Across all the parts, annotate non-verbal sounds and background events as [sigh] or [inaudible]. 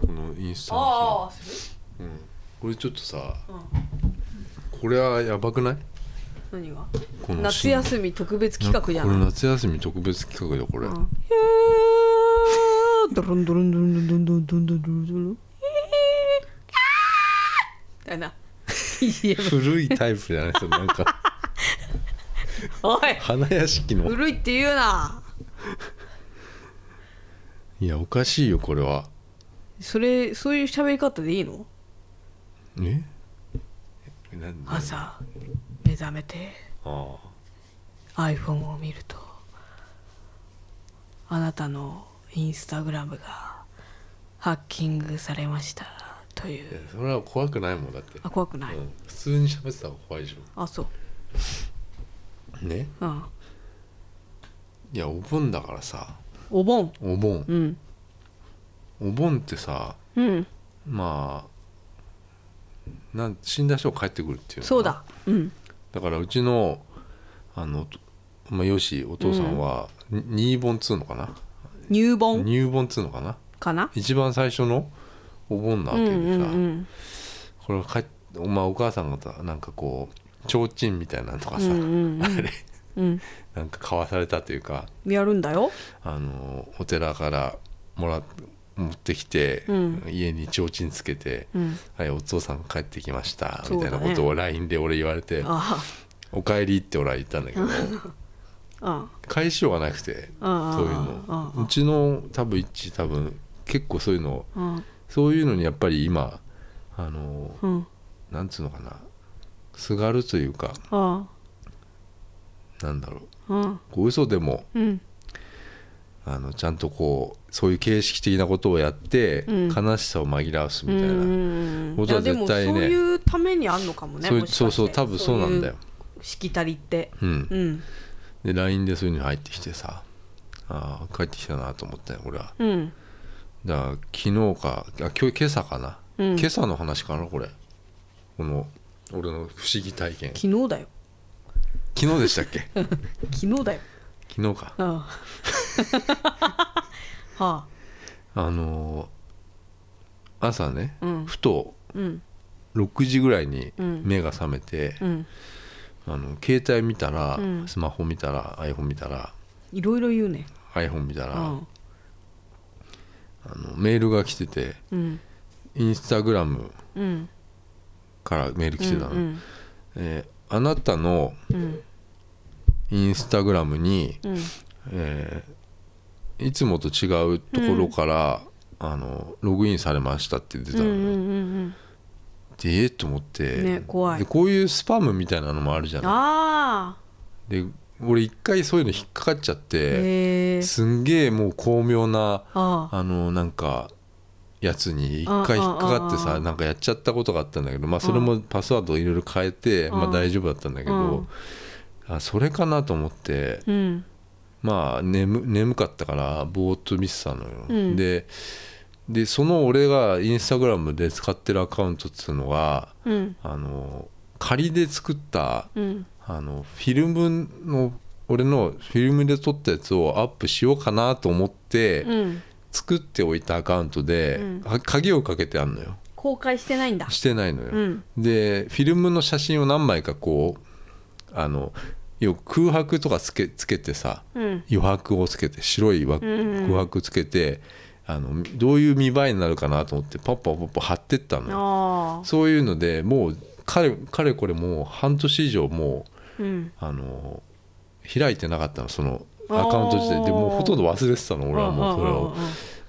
このインスタのさ、ああすうん、これちょっとさるうんこれはやばくない何がこの夏休み特別み企画じゃこれん夏休み特別企画だよこれ、うんひゅードロンドロンドロンドロンドロンドロンドロンドロンドロンひゅーあーだよな BGM 古いタイプじゃないですよなん [laughs] かおい花屋敷の古いって言うないやおかしいよこれはそれそういう喋り方でいいのえなんであ朝目覚めてあ iPhone を見るとあなたのインスタグラムがハッキングされましたといいやうそれは怖くないもんだって、あ怖くない、うん、普通に喋ってた方が怖いでしあそうょねうんいやお盆だからさお盆お盆うんお盆ってさうんまあなん死んだ人が帰ってくるっていうのかなそうだうんだからうちのあの、まあ、よしお父さんは、に2盆っつうのかな入盆入盆っつうのかなかな一番最初のお盆なわうけんでうさ、んこれはかお,、まあ、お母さんがさなんかこう提灯みたいなのとかうんうさ、んうんあれうんなんか買わされたというかやるんだよあのお寺からもら持ってきて、うん家に提灯つけてうん「はいお父さん帰ってきました」そみうただいねなことを LINE で俺言われてあ「おかえり」って俺は言ったんだけ [laughs] どあ返しようがなくてうんそういううんうのんうちの多分一多分結構そういうのうんうんそういうのにやっぱり今あのうんなんつうのかなすがるというかあなんだろうあうんこう嘘でもうんあのちゃんとこうそういう形式的なことをやって、うん悲しさを紛らわすみたいな、うんことは絶対ねいやでもそういうためにあんのかもねそういうもしかしてそうそう多分そうなんだよそ。ういうしきたりってうん、うんで LINE でそういうの入ってきてさあー帰ってきたなと思ったよ俺はうんだから昨日かあ今日今朝かな、うん今朝の話かなこれこの俺の不思議体験昨日だよ昨日でしたっ [laughs] け昨日だよ昨日かうんは [laughs] ああのー朝ね、うんふとうん6時ぐらいにうん目が覚めて、うんあの携帯見たら、うんスマホ見たら iPhone 見たらいろいろ言うね iPhone 見たうら、んあのメールが来ててうんインスタグラムうんからメール来てたの、うんえーあなたのうんインスタグラムに、うんえーいつもと違うところから、あのログインされましたって出たうんうのんよ、うんでえーと思って、ね怖いでこういうスパムみたいなのもあるじゃうんないああで俺一回そういうの引っかかっちゃって、へえすんげえもう巧妙なあああのなんかやつに一回引っかかってうんうんうんさうんなんかやっちゃったことがあったんだけど、まあ、それもパスワードいろいろ変えて、うんまあ、大丈夫だったんだけど、あそれかなと思ってうんまあ眠眠かったからぼーっと見てたのよ、うんででその俺がインスタグラムで使ってるアカウントっつうのがうんあの仮で作ったうんあのフィルムの俺のフィルムで撮ったやつをアップしようかなと思って、うん作っておいたアカウントで、うんか鍵をかけてあんのよ公開してないんだしてないのよ、うんでフィルムの写真を何枚かこうあのよく空白とかつけつけてさうん余白をつけて白いわんうん空白つけて、あのどういう見栄えになるかなと思ってパッパパッパ貼ってったのよあそういうのでもう彼彼これもう半年以上もうあうんあの開いてなかったのそのアカウント自体であーもうほとんど忘れてたの俺はもうそれを。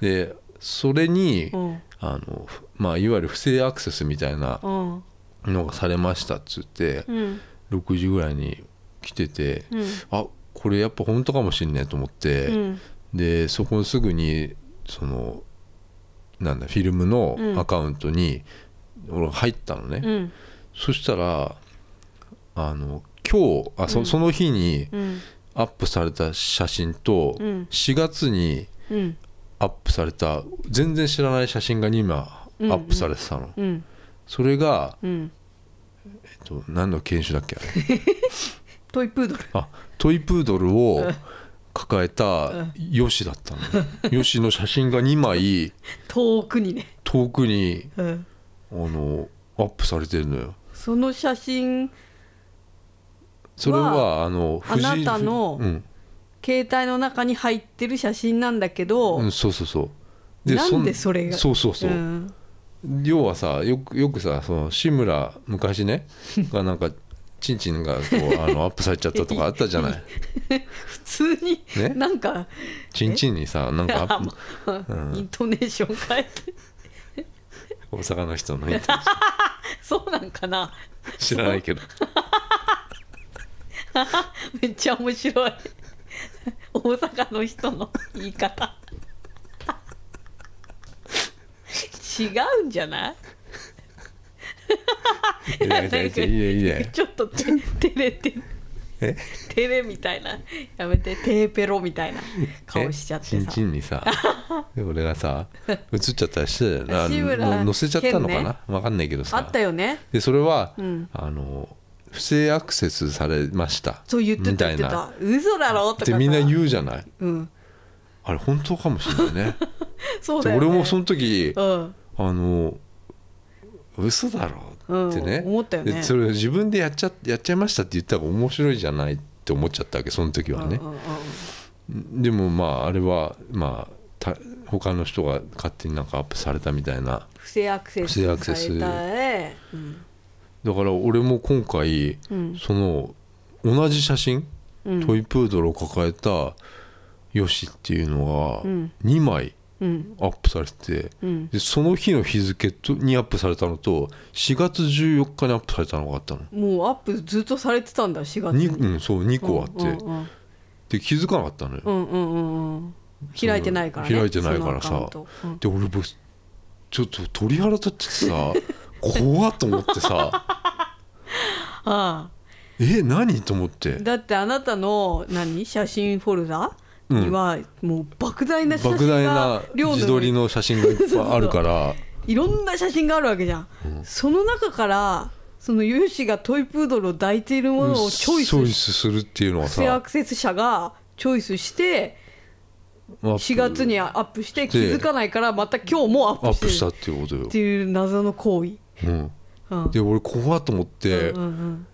でそれに、うんうんあのふまあ、いわゆる不正アクセスみたいなうんのがされましたっつってうん6時ぐらいに来てて、うんあこれやっぱ本当かもしんねえと思って、うんでそこすぐにそのなんだフィルムのアカウントに俺が入ったのね、うんそしたらあの今日あそ,、その日にうんアップされた写真とうん4月にうんアップされた全然知らない写真が2枚アップされてたの、うんそれがうんえっと、 [laughs] 何の犬種だっけあれトイプードルあトイプードルを抱えたヨシだったのね、ヨシの写真が2枚遠くにね、遠くにうん、あのアップされてるのよその写真それははあの藤井あなたのうん携帯の中に入ってる写真なんだけど、うん、そうそうそうなんでそれがそうそうそう、ん要はさよくよくさその志村昔ねがなんかチンチンがこう [laughs] あのアップされちゃったとかあったじゃない普通に、ねなんかチンチンにさなんかアップイントネーション変えて大阪の人の [laughs] そうなんかな [laughs] 知らないけどめっちゃ面白い大阪の人の言い方違うんじゃないいやいやいやいやいやちょっとて照れてえ照れみたいなやめてテーペロみたいな顔しちゃっえてチンさチンにさで俺がさ映っちゃったりして [laughs] たよ志村なの載せちゃったのかけんなねわかんないけどさあったよねでそれは、うんあの不正アクセスされましたそう言ってみたた言いってなた嘘だろとかってさみんな言うじゃないうんあれ本当かもしれないね [laughs] そうでだよ、ね、俺もその時うんあの嘘だろってね,で、うん思ったよねそれ自分でやっちゃやっちゃいましたって言った方が面白いじゃないって思っちゃったわけその時はねうん、うんうんでもまああれはまあた他の人が勝手になんかアップされたみたいな不正アクセス不正アクセスされたえうんだから俺も今回、うんその同じ写真、うんトイプードルを抱えたヨシっていうのうがん2枚うんアップされて、うんでその日の日付とにアップされたのと4月14日にアップされたのがあったの。もうアップずっとされてたんだ4月ににうん、そう2個あって、うんで気づかなかったのよ、うんうんうんうんうん開いてないからね開いてないからさそのアカウントうんで俺僕ちょっと鳥肌立って [laughs] さ怖っと思ってさあえ何と思って [laughs] あだってあなたの何写真フォルダにはもう莫大な写莫真大がな量自撮りのの写真がいっぱいあるから [laughs] いろんな写真があるわけじゃん、その中からその有志がトイプードルを抱いているものをチョイスチョイしスするっていうのは不正アさクセス者がチョイスして4 4月にアップして気づかないからまた今日もアアッップしてプるしたっていうことよっ、ていう謎の行為、うん、うん、で俺怖っと思って、うんうん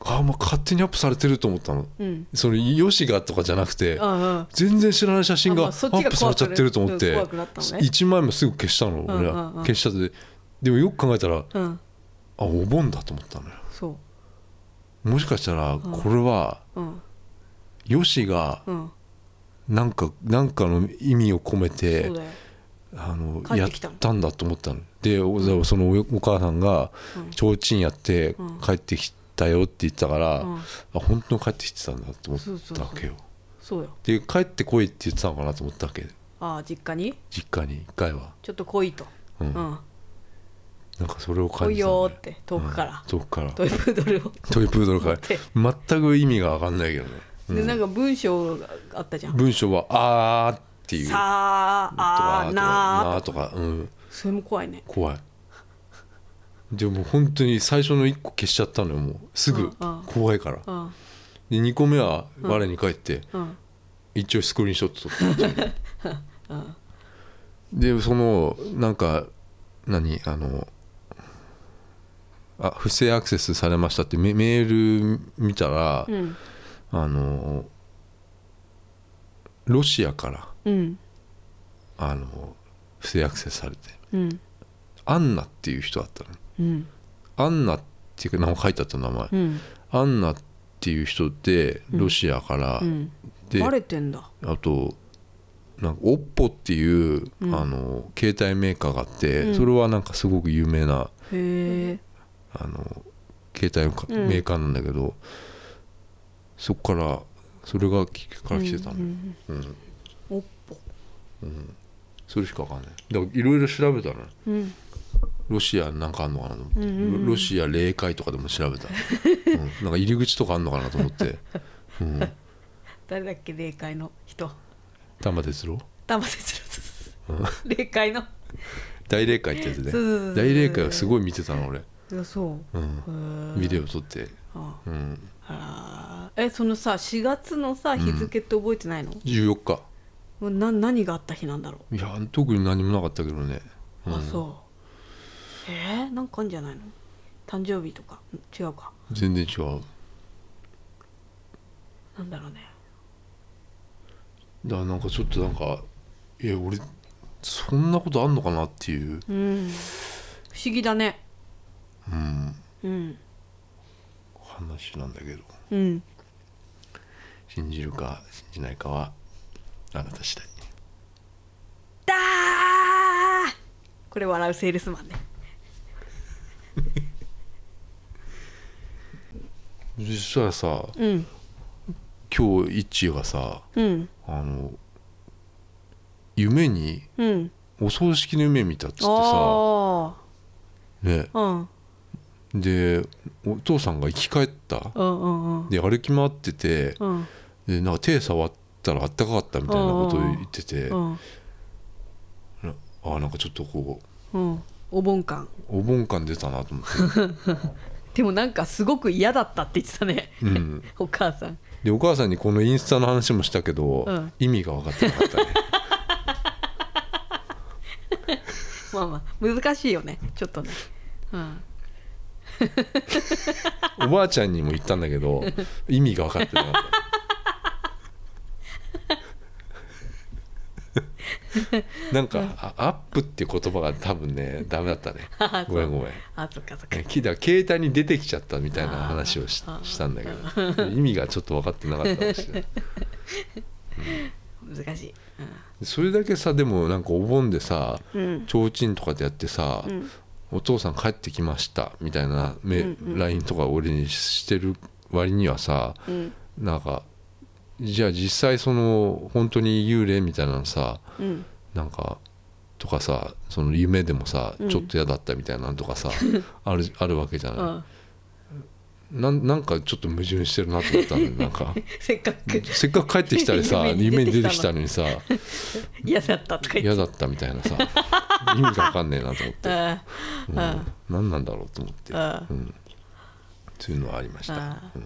あまあ勝手にアップされてると思ったの、うんそのよしがとかじゃなくて、うんうん全然知らない写真あがまアあそっちがップされちゃってると思って怖くなったのね1枚もすぐ消したのんうん俺は消したででもよく考えたらうんあお盆だと思ったのよそもしかしたらこれはううんよしがうんなんかなんかの意味を込めそてうだよあの帰やっってきたのたんだと思ったのでおそのおお母さんがうん提灯やってうん帰ってきたよって言ったから、うんあ本当に帰ってきてたんだと思そうっそうたそうわけよそうよで帰ってこいって言ってたのかなと思ったわけああ実家に実家に一回は、ちょっと来いと、うんうん、なんかそれを来感いじたのよねーって遠くから、遠くからトイプードルを、トイプードルかってら全く意味が分かんないけどね、うんでなんか文章があったじゃん文章は「あー」っていうさあとかあーなあとかなーとか、うん、それも怖いね怖いでも本当に最初の1個消しちゃったのよもうすうぐんうん怖いからうんで2個目は我に返ってうん一応スクリーンショット撮ったんですよでそのなんか何あのあ不正アクセスされましたってメメール見たら、うんあのロシアからうんあの不正アクセスされてうんアンナっていう人だったのうんアンナっていう名前書いてあった名前、うんアンナっていう人ってロシアから、うんでバレてんだあとなんかオッポっていう、あの携帯メーカーがあって、うんそれはなんかすごく有名なへえあの携帯のかうんメーカーなんだけど、そこからそれがきから来てたの、うんうんおっぽそれしかわかんないだからいろいろ調べたのようんロシアなんかあんのかなと思って、うんうんうんロロシア霊界とかでも調べた、うん、なんか入り口とかあんのかなと思って、 [laughs] うん、誰だっけ霊界の人丹波哲郎玉哲郎です霊界の大霊界ってやつでそうそうそうそう大霊界はすごい見てたの俺、いやそううん、へえビデオ撮って、あうん、あらえそのさ4月のさ日付って覚えてないの、 14日もうな何があった日なんだろいや特に何もなかったけどね、う、うんあそうえー、なんかあんじゃないの誕生日とかん違うか全然違うなんだろうねだからなんかちょっとなんかいや俺そんなことあんのかなっていう、うん不思議だねうん、うん話なんだけどうん信じるか信じないかはあなた次第だーこれ笑うセールスマンねそしたらさうん今日一致がさうんあの夢にうんお葬式の夢見たっつってさ、あね、あうんでお父さんが生き返ったうんうんうんで歩き回っててうんでなんか手触ったらあったかかったみたいなことを言っててうんなあなんかちょっとこうんお盆感うお盆感出たなと思っでもなんかすごく嫌だったって言ってたねて、うん、お母さんでお母さんにこのインスタの話もしたけど、うん意味が分かってなか [laughs] ったねまあまあ難しいよねちょっとねうんおばあちゃんにも言ったんだけど意味が分かってなかっ [laughs] たなんかあアップっていう言葉が多分ねダメだったね [laughs] あそうごめんごめんあそっかそっかねきだから携帯に出てきちゃったみたいな話をしあーしたんだけど意味がちょっと分かってなかったかもしれない難しいそれだけさでもなんかお盆でさうん提灯とかでやってさ、うんお父さん帰ってきましたみたいなメ、うんうん LINE とか俺にしてる割にはさうんなんかじゃあ実際その本当に幽霊みたいなのさうんなんかとかさその夢でもさ、うんちょっと嫌だったみたいなのとか [laughs] さあるあるわけじゃうない、んなんなんかちょっと矛盾してるなと思ったんだよなんかせっかくせっかく帰ってきたりさ夢 [laughs] 夢にに出出ててききたたのにさ嫌だったとか言嫌ってだったみたいな [laughs] さ意味が分かんねえなと思って、あうんあ何なんだろうと思って、あうん、そういうのはありました、あうん